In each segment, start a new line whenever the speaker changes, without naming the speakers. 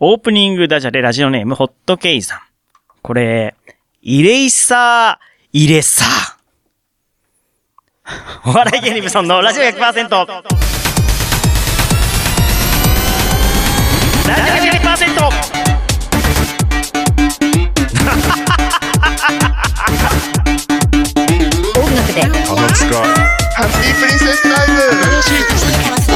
オープニングダジャレラジオネームホットケイさん。これ、イレイサー、イレサー。お 笑い芸人ブソンのラジオ100%。ラジオ100%。
音楽で
鼻つか
ハッピープリンセスタイム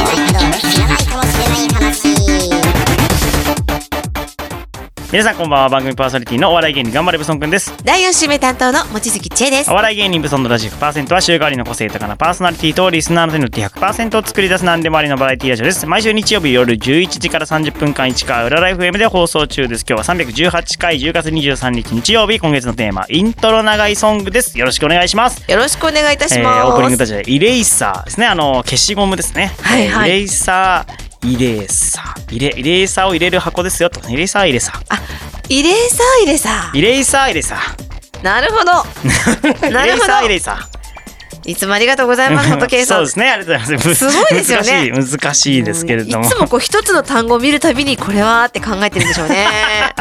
皆さんこんばんは。番組パーソナリティのお笑い芸人頑張れブソンくんです。
第4週目担当の望月千恵です
お。笑い芸人ブソンのラジオ100%は週替わりの個性豊かなパーソナリティとリスナーの手によって100%を作り出す何でもありのバラエティラジオです。毎週日曜日夜11時から30分間1回裏ライフ M で放送中です。今日は318回10月23日日曜日今月のテーマイントロ長いソングです。よろしくお願いします。
よろしくお願いいたし
え
ます。
ー、オープニングたちでイレイサーですね。あの消しゴムですね。
はいはい
イレイサー、イレイサー、イレイレイサーを入れる箱ですよと。イレイサー、イレイサー。
あ、入れさ入れさ。
イレイサー、イレイサ
な るほど。
ー。
な
イレ
る
イ
ほ
サー、イレ
ど。
イサー。
いつもありがとうございます。本圭
そ
さ。
うんですね。ありがとうございます。
すごいですよね
難しい、難しいですけれども。
いつもこう一つの単語を見るたびにこれはって考えてるんでしょうね。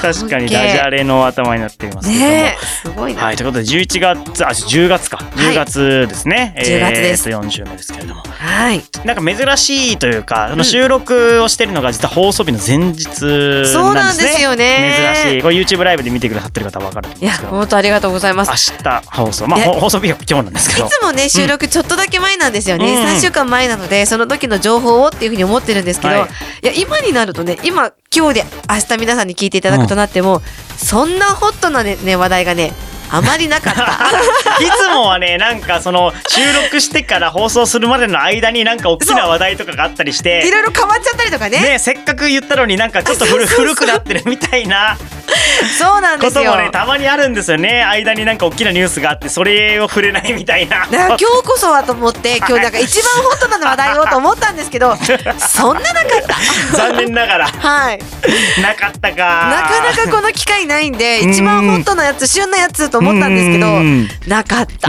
確かにダジャレの頭になっていますけれども。
ねえ、すごいな。
はい、ということで11月あ10月か
い
10月ですね、
10月です
えー、と4週目ですけれども
はい。
なんか珍しいというかその収録をしてるのが実は放送日の前日なんですね
そうなんですよね
珍しいこれ YouTube ライブで見てくださってる方は分かると思うん
い
で
や、
すけど明
本当ありがとうございます。い
日放送まあ
ね
ほ放送日は今日なんですけど
つもね収録ちょっとだけ前なんですよね、
うん
3週間前なのでその時の情報をっていうふうに思ってるんですけど、
はい
い、や今になるとね今今日で明日皆さんに聞いていただくとなっても、そんなホットなねね話題がねあまりなか った。
いつもはねなんかその収録してから放送するまでの間になんか大きな話題とかがあったりして
いろいろ変わっちゃったりとかね。
ね、せっかく言ったのになんかちょっと古古くなってるみたいな
そうなんで
こ
す
と
よ。
もねたまにあるんですよね間になんか大きなニュースがあってそれを触れないみたいな
だから今日こそはと思 って今日なんか一番ホットな話題をと思ったんですけどそんななかった。
残念ながら
はい、な
なかったか
かなかこの機会ないんで
うん
一番ホットなやつ旬なやつと思ったんですけど
うん
なかった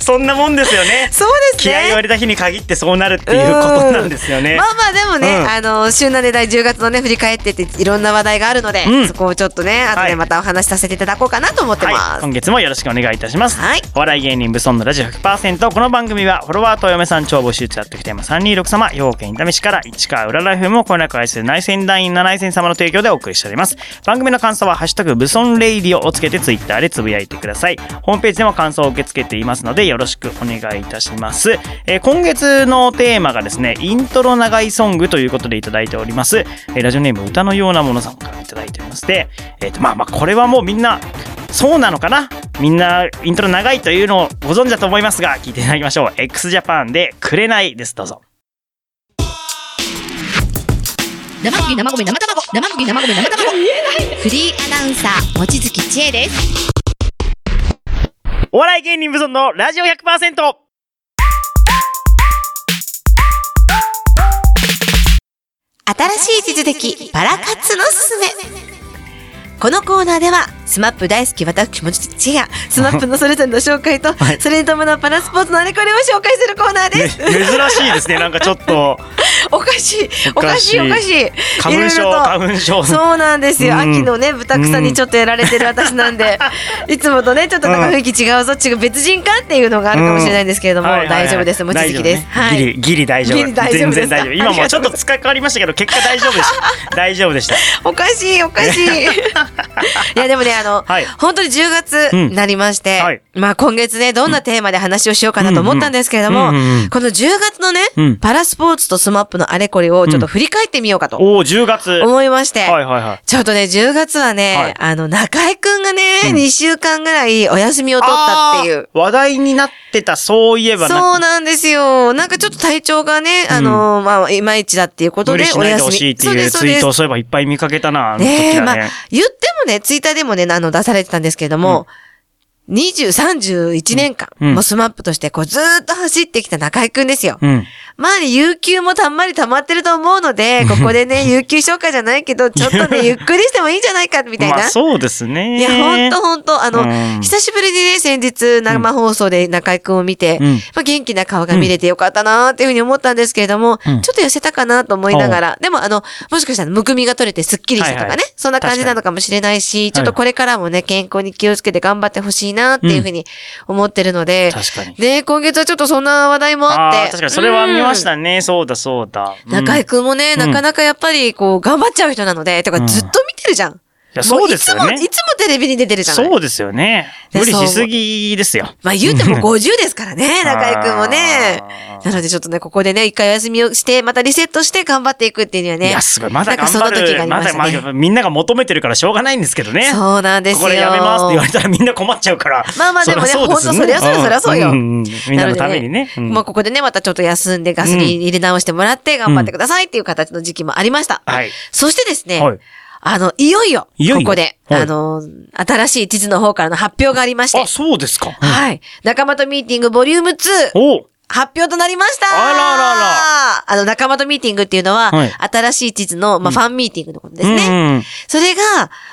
そんなもんですよね
そうです
気合を入
ね
れた日に限ってそうなるっていうことなんですよね
まあまあでもね、
うん
あの旬な値段10月のね振り返ってっていろんな話題があるので、
うん
そこをちょっとね後
は
で
い
またお話しさせていただこうかなと思ってま
はい、
す、
今月もよろしくお願いいたします、
はい
お笑い芸人ブソンのラジオ100%この番組はフォロワーとお嫁さん超募集中やってきてます326様兵庫県伊丹市から市川浦ライフもこよなく愛する内戦団員七井戦様の提供でお送りしております番組の感想は「ハッシュタグブソンレイディオ」をつけてツイッターでつぶやいてくださいホームページでも感想を受け付けていますのでよろしくお願いいたします、えー今月のテーマがですねイントロ長いソングということでいただいております、えーラジオネーム歌のようなものさんからいただいておりまして、えーとまあまあこれはもうみんなそうなのかなみんなイントロ長いというのをご存知だと思いますが聞いていただきましょう XJAPAN で「くれない」ですどうぞ
生麦生米生卵生麦生米生卵フリーアナウンサー望月千恵です
お笑い芸人無存のラジオ100%
新しい地図的バラ活のすすめこのコーナーではスマップ大好き私もちがスマップのそれぞれの紹介と、
はい
それに伴うパラスポーツのあれこれを紹介するコーナー
め
で
珍
す、
しいです ねなんかちょっと
おかしいおかしい
お
お
か
か
し
し
い
い
花粉
いろ
症
いろと
花粉症
そうなんですよ、
うん
秋のね豚草にちょっとやられてる私なんで、いつもとねちょっとなんか雰囲気違うぞ違う別人かっていうのがあるかもしれないんですけれども、
はいはいはい
大丈夫です望月です、
大丈夫ねギリギリ大丈
ギリ
夫
大丈
全
夫です
然
か
大丈夫今もうちょっと使い変わりましたけど結果大丈夫でした 大丈夫でした
おかしいおかしい いやでもねあの、
はい
本当に10月になりまして、
うんはい
まあ今月ねどんなテーマで話をしようかなと思ったんですけれども、
うんうんうんうん
この10月のね、
うん
パラスポーツとスマップのあれこれをちょっと振り返ってみようかと
おお10月は
思いまして、
いはいはい
ちょっとね、10月はね、
はい
あの、中井くんがね、
うん
2週間ぐらいお休みを取ったっていう。
あー話題になってたそういえば
そうなんですよ。なんかちょっと体調がね、あのまあ、いまいちだっていうこと
無
で
理し
お
ないで
休
ほ
み。
しいって
そう
い
で
う
す、そ
ツ
う
イー
です
トをそういえばいっぱい見かけたな、あの時
ねえ、
は
まあ
ね。、
言ってもね、ツイッターでもね、あの、出されてたんですけれども、20、31年間、
うん
もうスマップとして、こう、ずーっと走ってきた中井くんですよ。
うん。
まあね、有給もたんまり溜まってると思うので、ここ でね、有給消化じゃないけど、ちょっとね、ゆっくりしてもいいんじゃないか、みたいな。
まあそうですね。
いや、ほんとほんと、あの、
うん
久しぶりにね、先日生放送で中居くんを見て、
うん
まあ、元気な顔が見れてよかったなーっていうふうに思ったんですけれども、
うん
ちょっと痩せたかなと思いながら、でもあの、もしかしたらむくみが取れてスッキリしたとかね、
はいはい
そんな感じなのかもしれないし、
確か
ちょ
に
っとこれからもね、健康に気をつけて頑張ってほしいなっていうふうに思ってるので、
確かに。
で、今月はちょっとそんな話題もあっ
ああ、
て。
確かにそれは見まし
うん
たね。そうだそうだ。うん
中居くんもね、なかなかやっぱりこう、頑張っちゃう人なので、と
う
か
ん
ずっと見てるじゃん。
いや、そうですよ
もういつも、
ね
い。つもテレビに出てるじゃない。
そうですよね。
で
無理しすぎですよ。
まあ言うても50ですか らね、中居くんもね。
あー
なのでちょっとね、ここでね、一回お休みをして、またリセットして頑張っていくっていうにはね。
いや、すごい。まだ
なん
頑
かそ
張
の時が
る。
あり
ま
ま
だ、
し
ま
たね。
だ、みんなが求めてるからしょうがないんですけどね。
そうなんですよ。
これやめますって言われたらみんな困っちゃうから。
まあまあでもね
そらそうす
ほんとそりゃそうよそりゃそうよ
んんんみんなのためにね。
なの
う
で
ん
まあここでね、またちょっと休んでガスに入れ直してもらって頑張ってくださいっていう形の時期もありました。
はい。
そしてですね、
はい
あの、いよいよ、
いよいよ
ここで、
はい
あの、新しい地図の方からの発表がありまして
あ、、そうですか。
はい。仲間とミーティングボリューム2、
お
発表となりました
あららら
あの、仲間とミーティングっていうのは、
はい
新しい地図の、まあ、ファンミーティングのことですね。
うんうん
それが、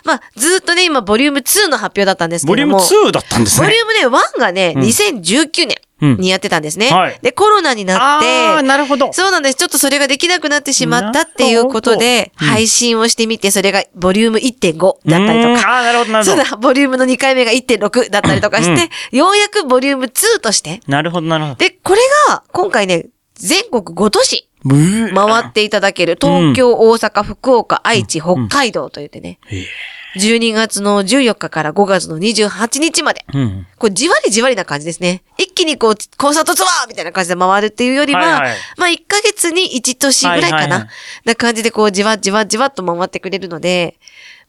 まあ、ずっとね、今、ボリューム2の発表だったんですけ
ボリュ
ど
ー
も。
ム2だったんです
ボリ
ね。
ュームね、1がね、
うん
2019年にやってたんですね。
うんはい
で、コロナになっ
ああ、
て、
なるほど。
そうなんです。ちょっとそれができなくなってしまったっていうことで、
なるほどうん
配信をしてみて、それがボリューム1.5だったりと
うん
か。
ああ、なるほど、なる
そ
ほ
う
ど。
だ、ボリュームの2回目が1.6だったりとかして、ようやくボリューム2として、
なるほど、なるほど。
で、これが、今回ね、全国5都市
ブー
回っていただける、東京、大阪、福岡、愛知、北海道と言ってね、
へえ
12月の14日から5月の28日まで、
うん。
こうじわりじわりな感じですね。一気にこう、コンサートツアーみたいな感じで回るっていうよりは、
はいはい
まあ1ヶ月に1都市ぐらいかな、
はいはいはい
な感じでこう、じわじわじわっと回ってくれるので、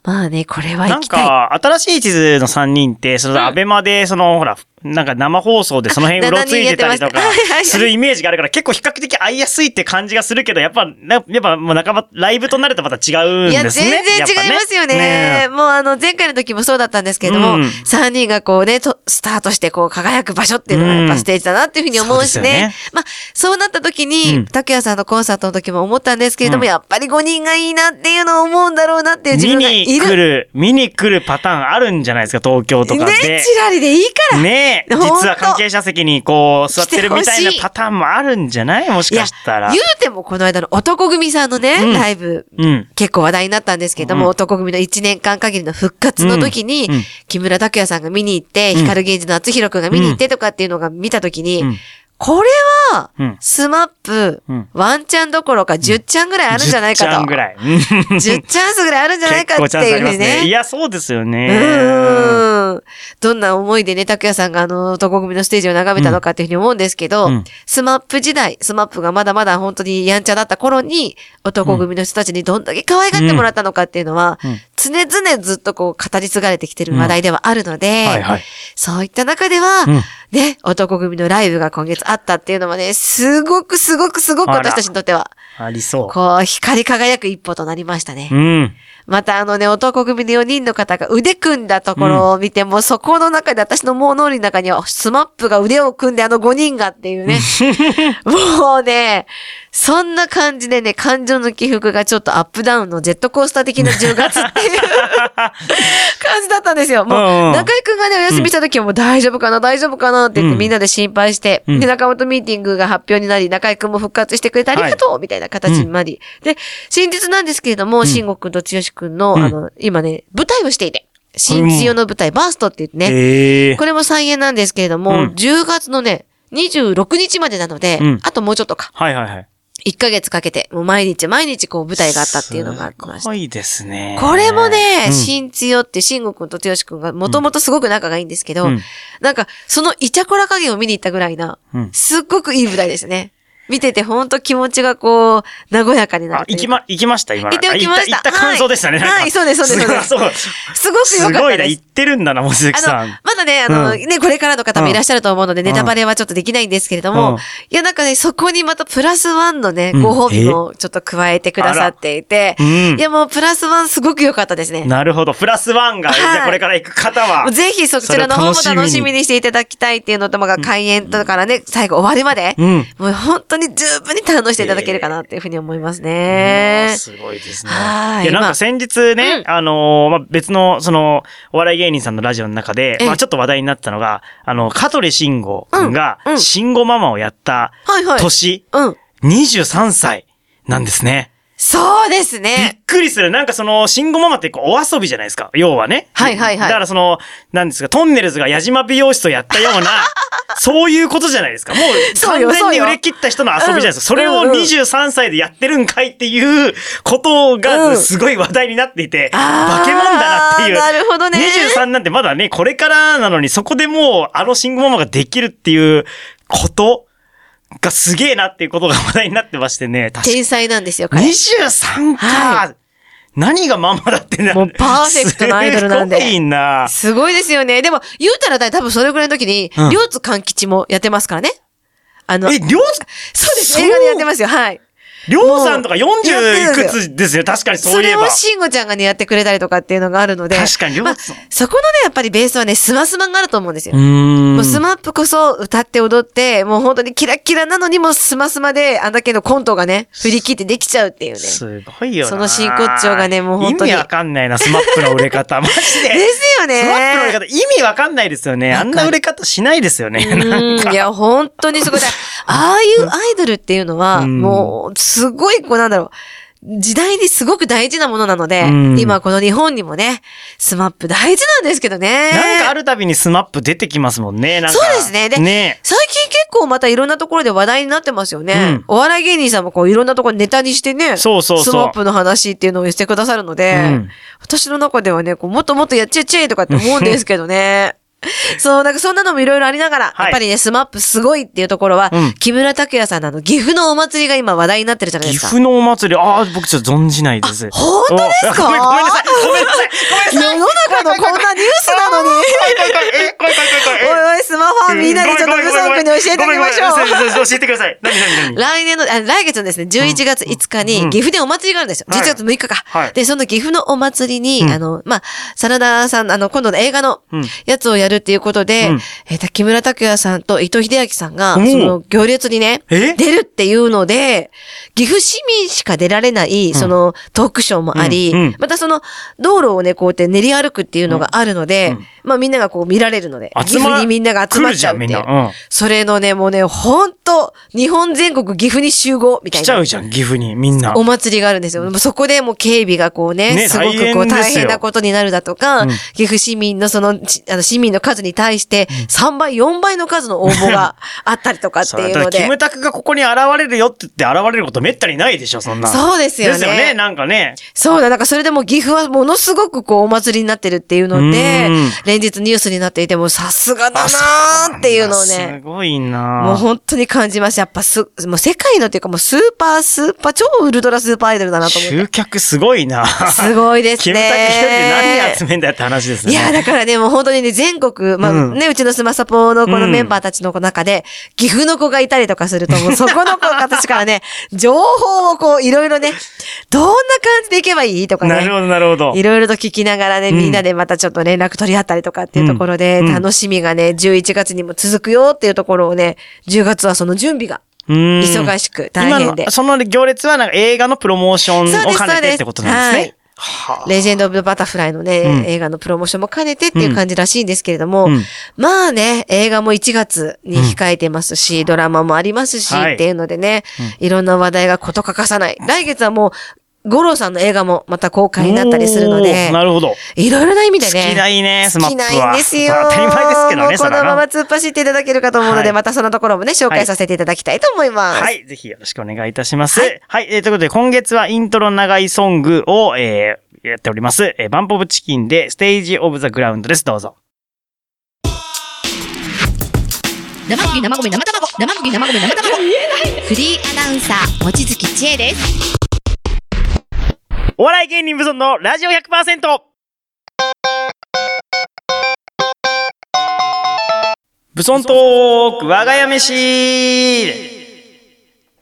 まあね、これは
な
行
ん
きたい。
か、新しい地図の3人って、その、アベマで、その、ほら、なんか生放送でその 辺うろついてたりとか
あ7人やってましたはいはいはい、
するイメージがあるから、結構比較的会いやすいって感じがするけど、やっぱ、なやっぱもう仲間、ライブとなるとまた違うん
いや、
ですね。
全然
やっぱ
違いますよね。
ね
もうあの、前回の時もそうだったんですけれども、
うん
3人がこうね、とスタートしてこう輝く場所っていうのがやっぱステージだなっていうふうに思うし
そうですよ
ね
ね。
まあ、そうなった時
うん
に、拓、也、さんのコンサートの時も思ったんですけれども、
うん
やっぱり5人がいいなっていうのを思うんだろうなっていう自
見
分がい
に
る。
来る、見に来るパターンあるんじゃないですか、東京とか
ね、
で。
チラリでいいから。
ねえ、
ほんと
実は関係者席にこう、座ってるみたいな
来てほしい
パターンもあるんじゃないもし
いや
かしたら
言う。てもこの間の男組さんのね、
うん
ライブ、
うん。
結構話題になったんですけども、
うん
男組の1年間限りの復活の時に、
うんうん
木村拓哉さんが見に行って、
うん
光源氏の厚弘くんが見に行ってとかっていうのが見た時に、
うん
これは、
うん
スマップ、
うん
ワンチャンどころか10チャンぐらいあるんじゃないかと。
10チャンぐ らい。うん
10チャンスぐらいあるんじゃないかっていうふうにね。
いや、そうですよね。
うんどんな思いでね、拓也さんがあの、男組のステージを眺めたのかっていうふうに思うんですけど、
うん
スマップ時代、スマップがまだまだ本当にやんちゃだった頃に、男組の人たちにどんだけ可愛がってもらったのかっていうのは、
うんうん
常々ずっとこう語り継がれてきてる話題ではあるので、
はいはい
そういった中では、
うん
ね、男組のライブが今月あったっていうのはね、すごくすごくすごく
あら
私たちにとっては、
ありそ
こう、光り輝く一歩となりましたね。
う。うん。
またあのね、男組の4人の方が腕組んだところを見て、もうそこの中で私のもう脳裏の中には、スマップが腕を組んであの5人がってい うね。もうね、そんな感じでね、感情の起伏がちょっとアップダウンのジェットコースター的な10月っ ていう感じだったんですよ。も
うんう
う、
ん
中居くんがね、お休みした時はもう大丈夫かな、大丈夫かなって言っ
う
て
ん
みんなで心配して、
うん
で、仲本ミーティングが発表になり、中居くんも復活してくれてありがとう、みたいな形になり。で、先日なんですけれども、慎吾くんと剛くんの、
うん
あの、今ね、舞台をしていて、新地用の舞台、バーストって言ってね、
ええ
これも再演なんですけれども、
うん
10月のね、26日までなので、
うん
あともうちょっとか。
はいはいはい。
1ヶ月かけて、もう毎日毎日こう舞台があったっていうのがありまし
す
た。
ごいですね。
これもね、
うん
新強って、慎吾くんと剛くんがもともとすごく仲がいいんですけど、
うん
なんか、そのイチャコラ加減を見に行ったぐらいな、
うん
すっごくいい舞台ですね。見ててほんと気持ちがこう、和やかにな
あ
る、という
行
か
きま、行きました、今。
行ってきました
あ行った行った感想でしたね。
はい
なんか
はいそうですそうですそうです
ごい
すご
す
く良かったです。
ごいな、行ってるんだな、もずき
あ
さ
の
ん。、
まだね、あの、
うん
ね、これからの方もいらっしゃると思うので、
ん
ネタバレはちょっとできないんですけれど
うん
も、いや、なんかね、そこにまたプラスワンのね、ご褒美もちょっと加えてくださっていて、
うん
いや、もうプラスワンすごく良かったですね。
なるほど。プラスワンが、
はい
じゃあこれから行く方は。
ぜひそちらの方も
それを楽しみに
楽しみにしていただきたいっていうのともが開演とからね、最後終わりまで、
うん
もう本当に十分に堪能していただけるかなっていうふうに思います
う
ね
ん。すごいですね。
はい
いや、なん
ま
か
あ
先日ね、あのーまあ、別の、その、お笑い芸人さんのラジオの中で、
ええ
まあ、ちょっと話題になってたのが、あの、香取慎吾君が
うんう、ん
慎吾ママをやった
はいはい。
年、
うん。
23歳なんですね。
そうです
びっ
ね。
くりする。なんかその、慎吾ママってこうお遊びじゃないですか。要はね。
はいはいはい
だからその、なんですか、トンネルズが矢島美容師とやったよ うな、そういうことじゃないですか。もう、
そう
完
よ
全
そう
に
よ
売れ切った人の遊びじゃないですか。そ
うん
れを
うんうん
23歳でやってるんかいっていうこと
う
が、
ん
すごい話題になっていて、
あー
化け物だなっていう。
なるほどね
23なんてまだね、これからなのに、そこでもう、あの慎吾ママができるっていうことがすげえなっていうことが話題になってましてね、確かに
天才なんですよ、彼。
23か、
は
何がママだってな
もうパーフェクトなアイドルなんです
ごいな。
すごいですよね。でも、言うたらだい多分それぐらいの時に
うん、
両津勘吉もやってますからね。あの、
え、
そう
りょう、
です。映画でやってますよ。はい。
りょうさんとか40
もう
いくつですよ。確かにそ
そう
いえ
れ
ば
を。慎吾ちゃんがね、やってくれたりとかっていうのがあるので。
確かにりょうさん。
そこのね、やっぱりベースはね、スマスマがあると思うんですよ。
ん
もうスマップこそ歌って踊って、もう本当にキラキラなのにもうスマスマで、あんだけのコントがね、振り切ってできちゃうっていうね。
すごいよな。
その真骨頂がねもう本当に
意味わかんないな、スマップの売れ 方。マジで。
ですよね。
スマップの売れ方、意味わかんないですよね。あんな売れ方しないですよね。 なん
うん
か
いや、本当にすごい。だああいうアイドルっていうのは、
うん
もう、すごい、こうなんだろう。時代にすごく大事なものなので、
うん
今この日本にもね、スマップ大事なんですけどね。
なんかあるたびにスマップ出てきますもんね。なんか
そうですねで
ね
最近結構またいろんなところで話題になってますよね。
うん
お笑い芸人さんもこういろんなところネタにしてね、
そうそうそう
スマップの話っていうのをしてくださるので、
うん
私の中ではね、こうもっともっとやっちゃえちゃえとかって思うんですけどね。 そう、なんかそんなのもいろいろありながら、
はい
やっぱりね、スマップすごいっていうところは、
うん
木村拓哉さんのあの岐阜のお祭りが今話題になってるじゃない
岐
ですか。
阜のお祭り、ああ、僕ちょっと存じないです。
本当です
お
か
ごめんごめんなさい。ごめんなさい。
世の中のこんなニュースなのに。
え、怖い怖い怖い怖い。
おいおい、スマホみんなでちょっとグソン君に教えてあげましょう。
ごめんごめんごめんごめんごめんごめん教えてください。何何何
来年の、あ来月のですね、11月5日
うん
に、岐阜でお祭りがあるんですよ。
はい
11月6日か。
はい
で、その岐阜のお祭りに、
うん
あの、まあ、真田さん、あの、今度の映画の
うん
やつをやるっていうことで、
うん
えー木村拓哉さんと伊藤秀明さんが、
お
そ
ー
の行列にね、
え
出るっていうので、岐阜市民しか出られない、その、トークショーもあり、
うんうん
またその、道路をね、こうやって練り歩くっていうのがあるので、
うん
まあ、みんながこう見られるので、岐
集ま
阜にみんなが集まっちゃうってい
来
う。
るじゃんみんなうん
それのね、もうね、ほんと、日本全国岐阜に集合みた
来
いな。
ちゃうじゃん、岐阜に、みんな。
お祭りがあるんですよ。もうそこでもう警備がこうね、
ね
すごくこ
大変
う
ですよ
大変なことになるだとか、
うん
岐阜市民のその、ちあの市民の数に対して、3倍、4倍の数の応募があったりとかっ て
そう
い
だか
うの
らキ
で
ム。タクがここに現れるよって言って現れることめったにないでしょ、そんな。
そうですよね
ですよね、なんかね。
そうだ、なんかそれでも岐阜はものすごくこうお祭りになってるっていうので
うん、
連日ニュースになっていてもさすがだなーっていうのをね。
すごいな
もう本当に感じました。やっぱす、もう世界のっていうかもうスーパースーパー、超ウルトラスーパーアイドルだなと思って。
集客すごいな
すごいです
キ
ね
ムタク一人で何集めんだよって話ですね。
いや、だからね、もう本当にね、全国、まあ、
うん
ね、うちのスマサポのこの
うん
メンバーたちの中で、岐阜の子がいたりとかすると、もうそこの子たちから ね、情報をこう、いろいろね、どんな感じでいけばいいとかね。
なるほど、なるほど。
いろいろと聞きながらね、
ん
みんなでまたちょっと連絡取り合ったりとかっていうところで、
うん
楽しみがね、11月にも続くよっていうところをね、10月はその準備が忙
忙
しく大変で
今の、その行列はなんか映画のプロモーションを兼ねてってことなんですね。はあ
レジェンド・オブ・バタフライのね、
うん
映画のプロモーションも兼ねてっていう感じらしいんですけれども、
うん
まあね、映画も1月に控えてますし、ドラマもありますし、
はい
っていうのでね、いろんな話題がこと欠かさない。来月はもう、五郎さんの映画もまた公開になったりするの
お
で
ー、なるほど。
いろいろな意味でね。
好きないねスマップは
好きないんですよ。
当たり前ですけどね
もうこ
そら
の
な
まま突っ走っていただけるかと思うので、
はい
またそのところもね、紹介させていただきたいと思います。
はい。ぜひよろしくお願いいたします。はい。えーということで、今月はイントロ長いソングを、えーやっております。えーバンポブチキンで、ステージオブザグラウンドです。どうぞ。
生麦生米生卵生麦生米生卵フリーアナウンサー望月千恵です
お笑い芸人無存のラジオ 100%! 武尊トーク、我が家飯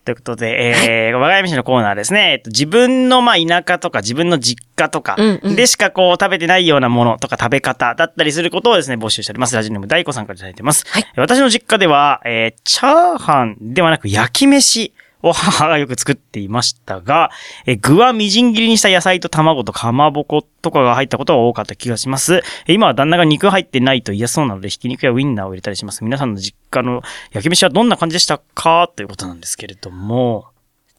ということで、えー、我が家飯のコーナーですね、えっと、自分のまあ田舎とか自分の実家とか
うんうん
でしかこう食べてないようなものとか食べ方だったりすることをですね、募集しております。ラジオネーム大子さんからいただいてます。
はい
私の実家では、えー、チャーハンではなく焼き飯を 母がよく作っていましたが、えー具はみじん切りにした野菜と卵とかまぼことかが入ったことが多かった気がします。えー今は旦那が肉入ってないと嫌そうなので、ひき肉やウインナーを入れたりします。皆さんの実家の焼き飯はどんな感じでしたかということなんですけれども、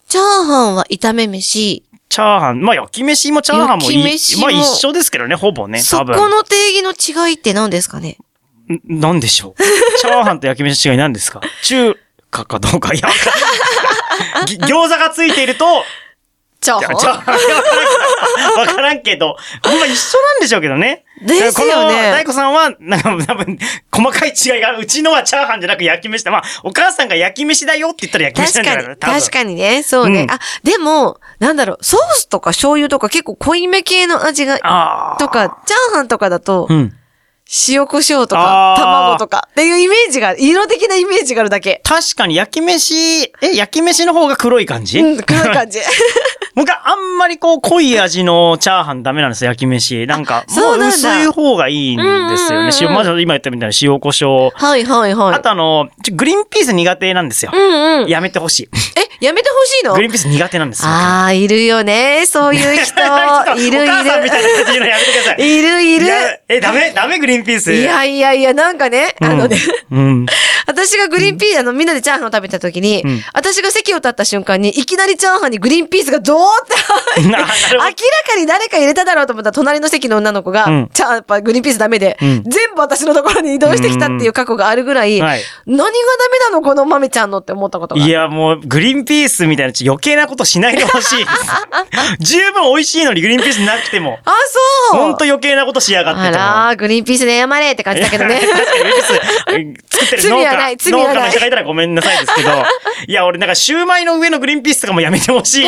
チャーハンは炒め飯。
チャーハン、まあ焼き飯もチャーハンもいい
焼き飯も
まあ一緒ですけどね、ほぼね、
そ
多
こ
分。
の定義の違いって何ですかね
んなんでしょうチャーハンと焼き飯の違い何です か中華かどうか、いや、わかんないぎ餃子がついていると、
チャー
いやチャー
ハ
ハンいやわからんわからんけど、ほんま一緒なんでしょうけどね。
ンです
こ
よ
の
ね
大。子さんは、なんか多分、細かい違いがある、うちのはチャーハンじゃなく焼き飯だ。まあ、お母さんが焼き飯だよって言ったら焼き
確
飯なんじゃ
か
ない
に、
多分
確かにね、そうね。
うん
あ、でも、なんだろう、ソースとか醤油とか結構濃いめ系の味が、
ああ。
とか、チャーハンとかだと
う、ん。
塩胡椒と
あ
か、
ー
卵とかっていうイメージが、色的なイメージがあるだけ。
確かに焼き飯、え、焼き飯の方が黒い感じ、
うん、黒い感 じ。
僕はあんまりこう濃い味のチャーハンダメなんですよ、焼き飯。なんか、も
あ そううなんだ
薄い方がいいんですよね。
うんうんうん
塩、まず今言ったみたいな塩胡椒。
はいはいはい。
あとあの、ちょグリーンピース苦手なんですよ
う。んうん。
やめてほしい。
え、やめてほしいの
グリーンピース苦手なんですよ。
ああ、いるよね。そういう
ちょっと
人。いるいる。
お母さんみたいな感じのやめてください。
いるいる。
やえ、ダメダメグリーンピース。
いやいやいや、なんかね、
うん、
あのね、
うん。
私がグリーンピース、あの、みんなでチャーハンを食べた時に、
うん
私が席を立った瞬間に、いきなりチャーハンにグリーンピースがドーって入っ て、
な
明
る
ら
ほど
かに誰か入れただろうと思ったら、隣の席の女の子が、
うん
チャーやっぱグリーンピースダメで、
うん
全部私のところに移動してきたっていう過去があるぐらい、
うんはい
何がダメなのこの豆ちゃんのって思ったことが。
いや、もう、グリーンピースみたいなちょ余計なことしないでほしいです。十分美味しいのにグリーンピースなくても。
あ、そう
ほんと余計なことしやがって
あ
と思う。
らー、グリーンピースで謝れって感じだけどね。
確かにウイルス作ってる農
罪
家
はない罪
農
はな
家の
い
人がいたらごめんなさいですけ ど、いや、俺なんかシューマイの上のグリーンピースとかもやめてほ しい。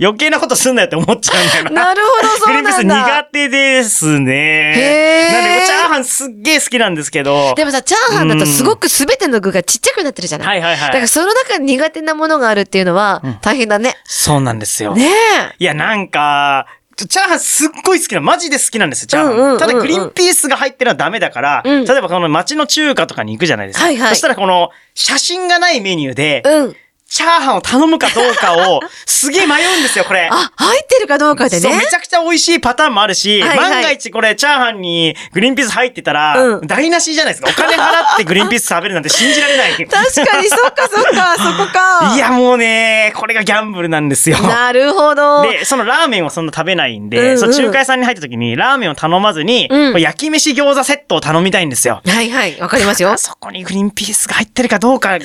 余計なことすんなよって思っちゃうんだよな。
なるほど、
グ
そ
リー
う
ンピー
な
ス
ん
苦
だ。
手ですね
へ。ー
なんで、チャーハンすっげえ好きなんですけど。
でもさ、チャーハンだとすごく全ての具がちっちゃくなってるじゃない、
はいはいはい
だからその中に苦手なものがあるっていうのは大変だね。
そうなんですよ。
ね
いや、なんか、ちょチャーハンすっごい好きな、マジで好きなんですよ、チャーハン。
うんうんうんうん
ただ、グリーンピースが入ってるのはダメだから、
うん
例えばこの街の中華とかに行くじゃないですか。
はいはい
そしたらこの、写真がないメニューで、
え。うん。
チャーハンを頼むかどうかを、すげえ迷うんですよ、これ。
あ、入ってるかどうかで
そう、
ね
め。ちゃくちゃ美味しいパターンもあるし、
はいはい
万が一これ、チャーハンにグリーンピース入ってたら、
うん
台無しじゃないですか。お金払ってグリーンピース食べるなんて信じられない。
確かに、そっかそっ か、そこか。
い。や、もうね、これがギャンブルなんですよ。
なるほど。
で、そのラーメンをそんな食べないんで、
うんうん
その仲介さんに入った時に、ラーメンを頼まずに、
うん
これ焼き飯餃子セットを頼みたいんですよ。
はいはい、わかりますよ
あ。そこにグリーンピースが入ってるかどうかがね、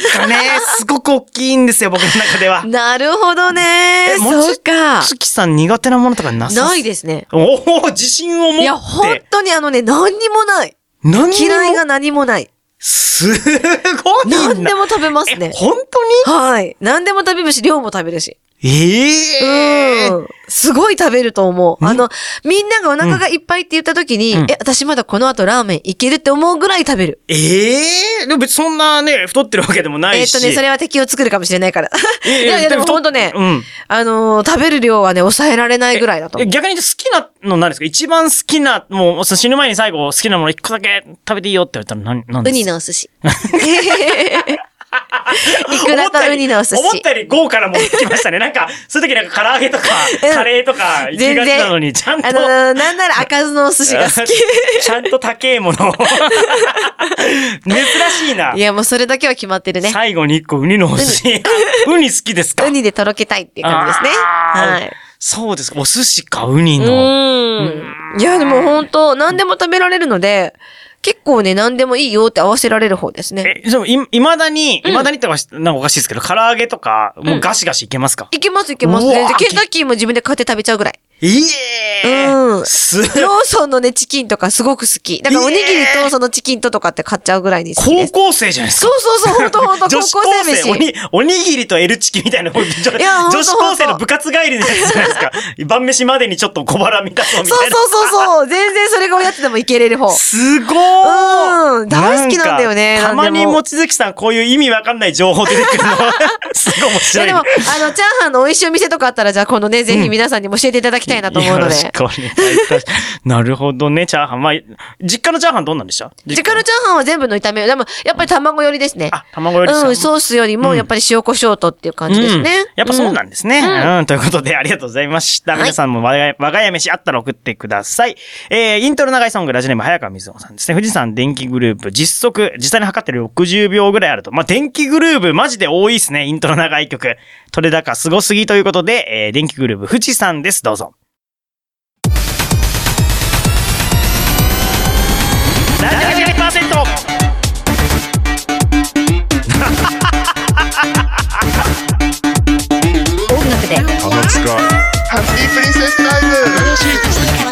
すごく大きいんですよ、僕の中では。
なるほどね。そ
も
うか。
月さん苦手なものとかなさ
ないですね。
おお自信を持って。
いや、本当にあのね、何にもない。
何にも
嫌いが何もない。
すごいな。
何でも食べます
え、
ね。
本当に
はい。何でも食べるし、量も食べるし。
ええ
うん。すごい食べると思う。あの、みんながお腹がいっぱいって言った時に、
うん
え、私まだこの後ラーメンいけるって思うぐらい食べる。
ええでも別にそんなね、太ってるわけでもな
え
い
ーっ
し。
とね、それは敵を作るかもしれないから。 い
ええ
やいや、でも
太っ
本当ね、
うん
あのー食べる量はね、抑えられないぐらいだと思
え
う。
逆に言うと好きなの何ですか一番好きな、もうその死ぬ前に最後好きなもの一個だけ食べていいよって言われたら何、何で
ウ
すか
ニのお 寿司。いくらとウニのお寿
思っ
司。
たより豪華なもの来ましたね。なんか、そういう時なんか唐揚げとか、
うん
カレーとか行きがちなのに、ちゃんと。
あのーなんなら開かずのお寿司が好き。
ちゃんと高えも のを。珍しいな。
いや、もうそれだけは決まってるね。
最後に一個ウニのお寿司。ウニ好きですか
ウニでとろけたいっていう感じですね。
あー
はい。
そうですか。お寿司か、ウニの。
うーん。いや、でも本当何でも食べられるので、結構ね、何でもいいよって合わせられる方ですね。
え、でも、い、いまだに、いまだにってのはなんかおかしいですけど、唐揚げとか、もうガシガシいけますか
いけますいけます。
うわー
全然ケンタッキーも自分で買って食べちゃうぐらい。
えええ
うん
す
ローソンのね、チキンとかすごく好き。だからおにぎりとそのチキンととかって買っちゃうぐらいに好きで
高
す。
校生じゃないです
そ
か。
うそうそう、ほんとほんと、高
女
校
子高
生
生お
飯。
に、おにぎりと L チキみたい な、女
やほんと
女子高生の部活帰りのやつじゃないですか。晩飯までにちょっと小腹満たそうみ
そ
た
う
いな。
そうそうそう、全然それがおやつでもいけれる方。
すごー
うん大好きなんだよね
なかたま
なん
に
でも
望月さん、こういう意味わかんない情報出てくるの。 すごい面
いや
白い
で
ね。
も、あの、チャーハンの美味しいお店とかあったら、じゃあ今度ね、ぜひ皆さんにも教えていただきたいなと思うの
よろ
で。
しくお願いいたします。なるほどね、チャーハン。まあ、実家のチャーハンどんなんでした
実家のチャーハンは全部の炒めよう。でも、やっぱり卵寄りですね。
あ、卵より
うん、ソースよりも、やっぱり塩コショウとっていう感じですね。
うんやっぱそうなんですね。うん、ということでありがとうございました。
はい
皆さんも我が我が家飯あったら送ってください。えー、イントロ長いソング、ラジオネーム、早川瑞穂さんですね。富士山電気グループ、実測、実際に測ってる60秒ぐらいあると。まあ、電気グループ、マジで多いですね。イントロ長い曲。取れ高すごすぎということで、えー、電気グループ、富士山です。どうぞ。ラジオ100%
ハッピー
音楽で
プリンセスタイム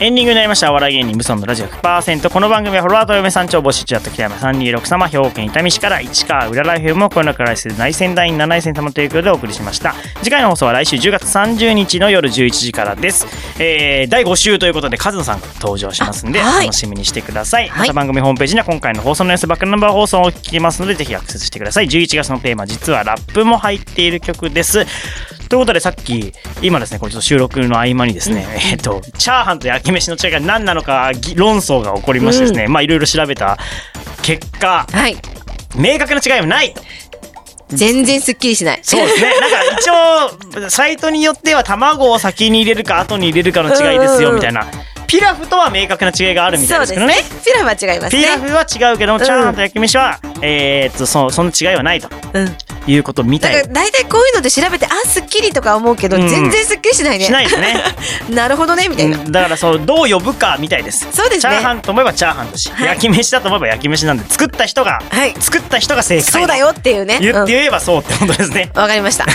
エンディングになりました。お笑い芸人、無尊のラジオ100%。この番組はフォロワーとお嫁さん帳募集中やった北山326様、兵庫県伊丹市から市川裏ライフも声のくらいする内戦第7戦様の提供でお送りしました。次回の放送は来週10月30日の夜11時からです。えー、第5週ということで、カズノさんが登場しますんで、
あはい
楽しみにしてください。
はい
また番組ホームページには今回の放送の様子、バックナンバー放送を聞きますので、ぜひアクセスしてください。11月のテーマ、実はラップも入っている曲です。ということでさっき今ですねこれちょっと収録の合間にですね、えっとチャーハンと焼き飯の違いが何なのか議論争が起こりましてですね、まあいろいろ調べた結果
はい。
明確な違いはないと
全然すっきりしない。
そうですねなんか一応サイトによっては卵を先に入れるか後に入れるかの違いですよみたいなピラフとは明確な違いがあるみたい
そう
です
で
け
す
どね
ね。ピラフは違います
ピラ
ね。
フは違うけどもチャーハンと焼き飯は、えーっとそその違いはないと
うん。
いうことみた
だ
い
から大体こういうので調べて、あ、すっきりとか思うけど、
うん
全然すっきりしないね。
しないですね。
なるほどね、みたいな。
だからそうどう呼ぶかみたいです
そうですね
チャーハンと思えばチャーハンだし、
はい
焼き飯だと思えば焼き飯なんで作った人が、
はい
作った人が正解
そうだよっていうね。
言
う
っ
ん
て言えばそうってことですね、
わか りました。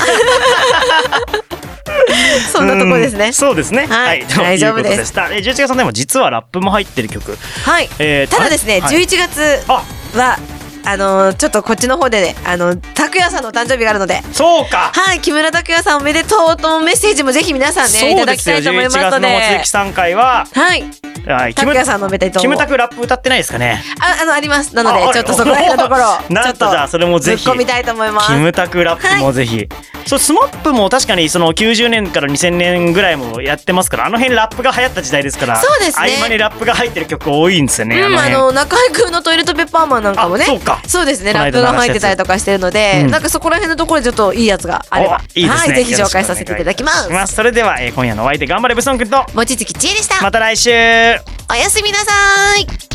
そんなとこです
う
ね
ん。そうですね
はい
と
大丈夫
いうこと
で
でしたえ11月さんでも実はラップも入ってる曲
はい。
えー
ただですね、
はい
11月
あ
は、あのーちょっとこっちの方でね、あの、拓也さんのお誕生日があるので、
そうか
はい、木村拓哉さんおめでとうとメッセージもぜひ皆さん
そ
ね、いうた
で
だき
す
た
よ
いと思い
11
ます
月
ので
の。望月さん会は
はい、
はい
拓哉さんのおめでとう。
キムタクラップ歌ってないですかね
あ、あの、あります。なの
ああ
で、
る。
ちょっとそこら辺のところ
なんとじゃあそれもぜひ
ぶっ込みたいと思います。
キムタクラップもぜひ、そうスマップも確かにその90年から2000年ぐらいもやってますからあの辺ラップが流行った時代ですから
そうですね
合間にラップが入ってる曲多いんですよね、
うん、あ
辺
の中居君のトイレットペッパーマンなんかもね
あそうか
そうですね
この
ラッ
間
プが入ってたりとかしてるので、
うん
なんかそこら辺のところでちょっといいやつがあれ
お
ば
いいですね、
はい、ぜひ紹介させていただきま
よろしくお
す
願いいたしそれでは、えー今夜のお相手頑張れブソン君と
望月千恵でした
また来週
おやすみなさーい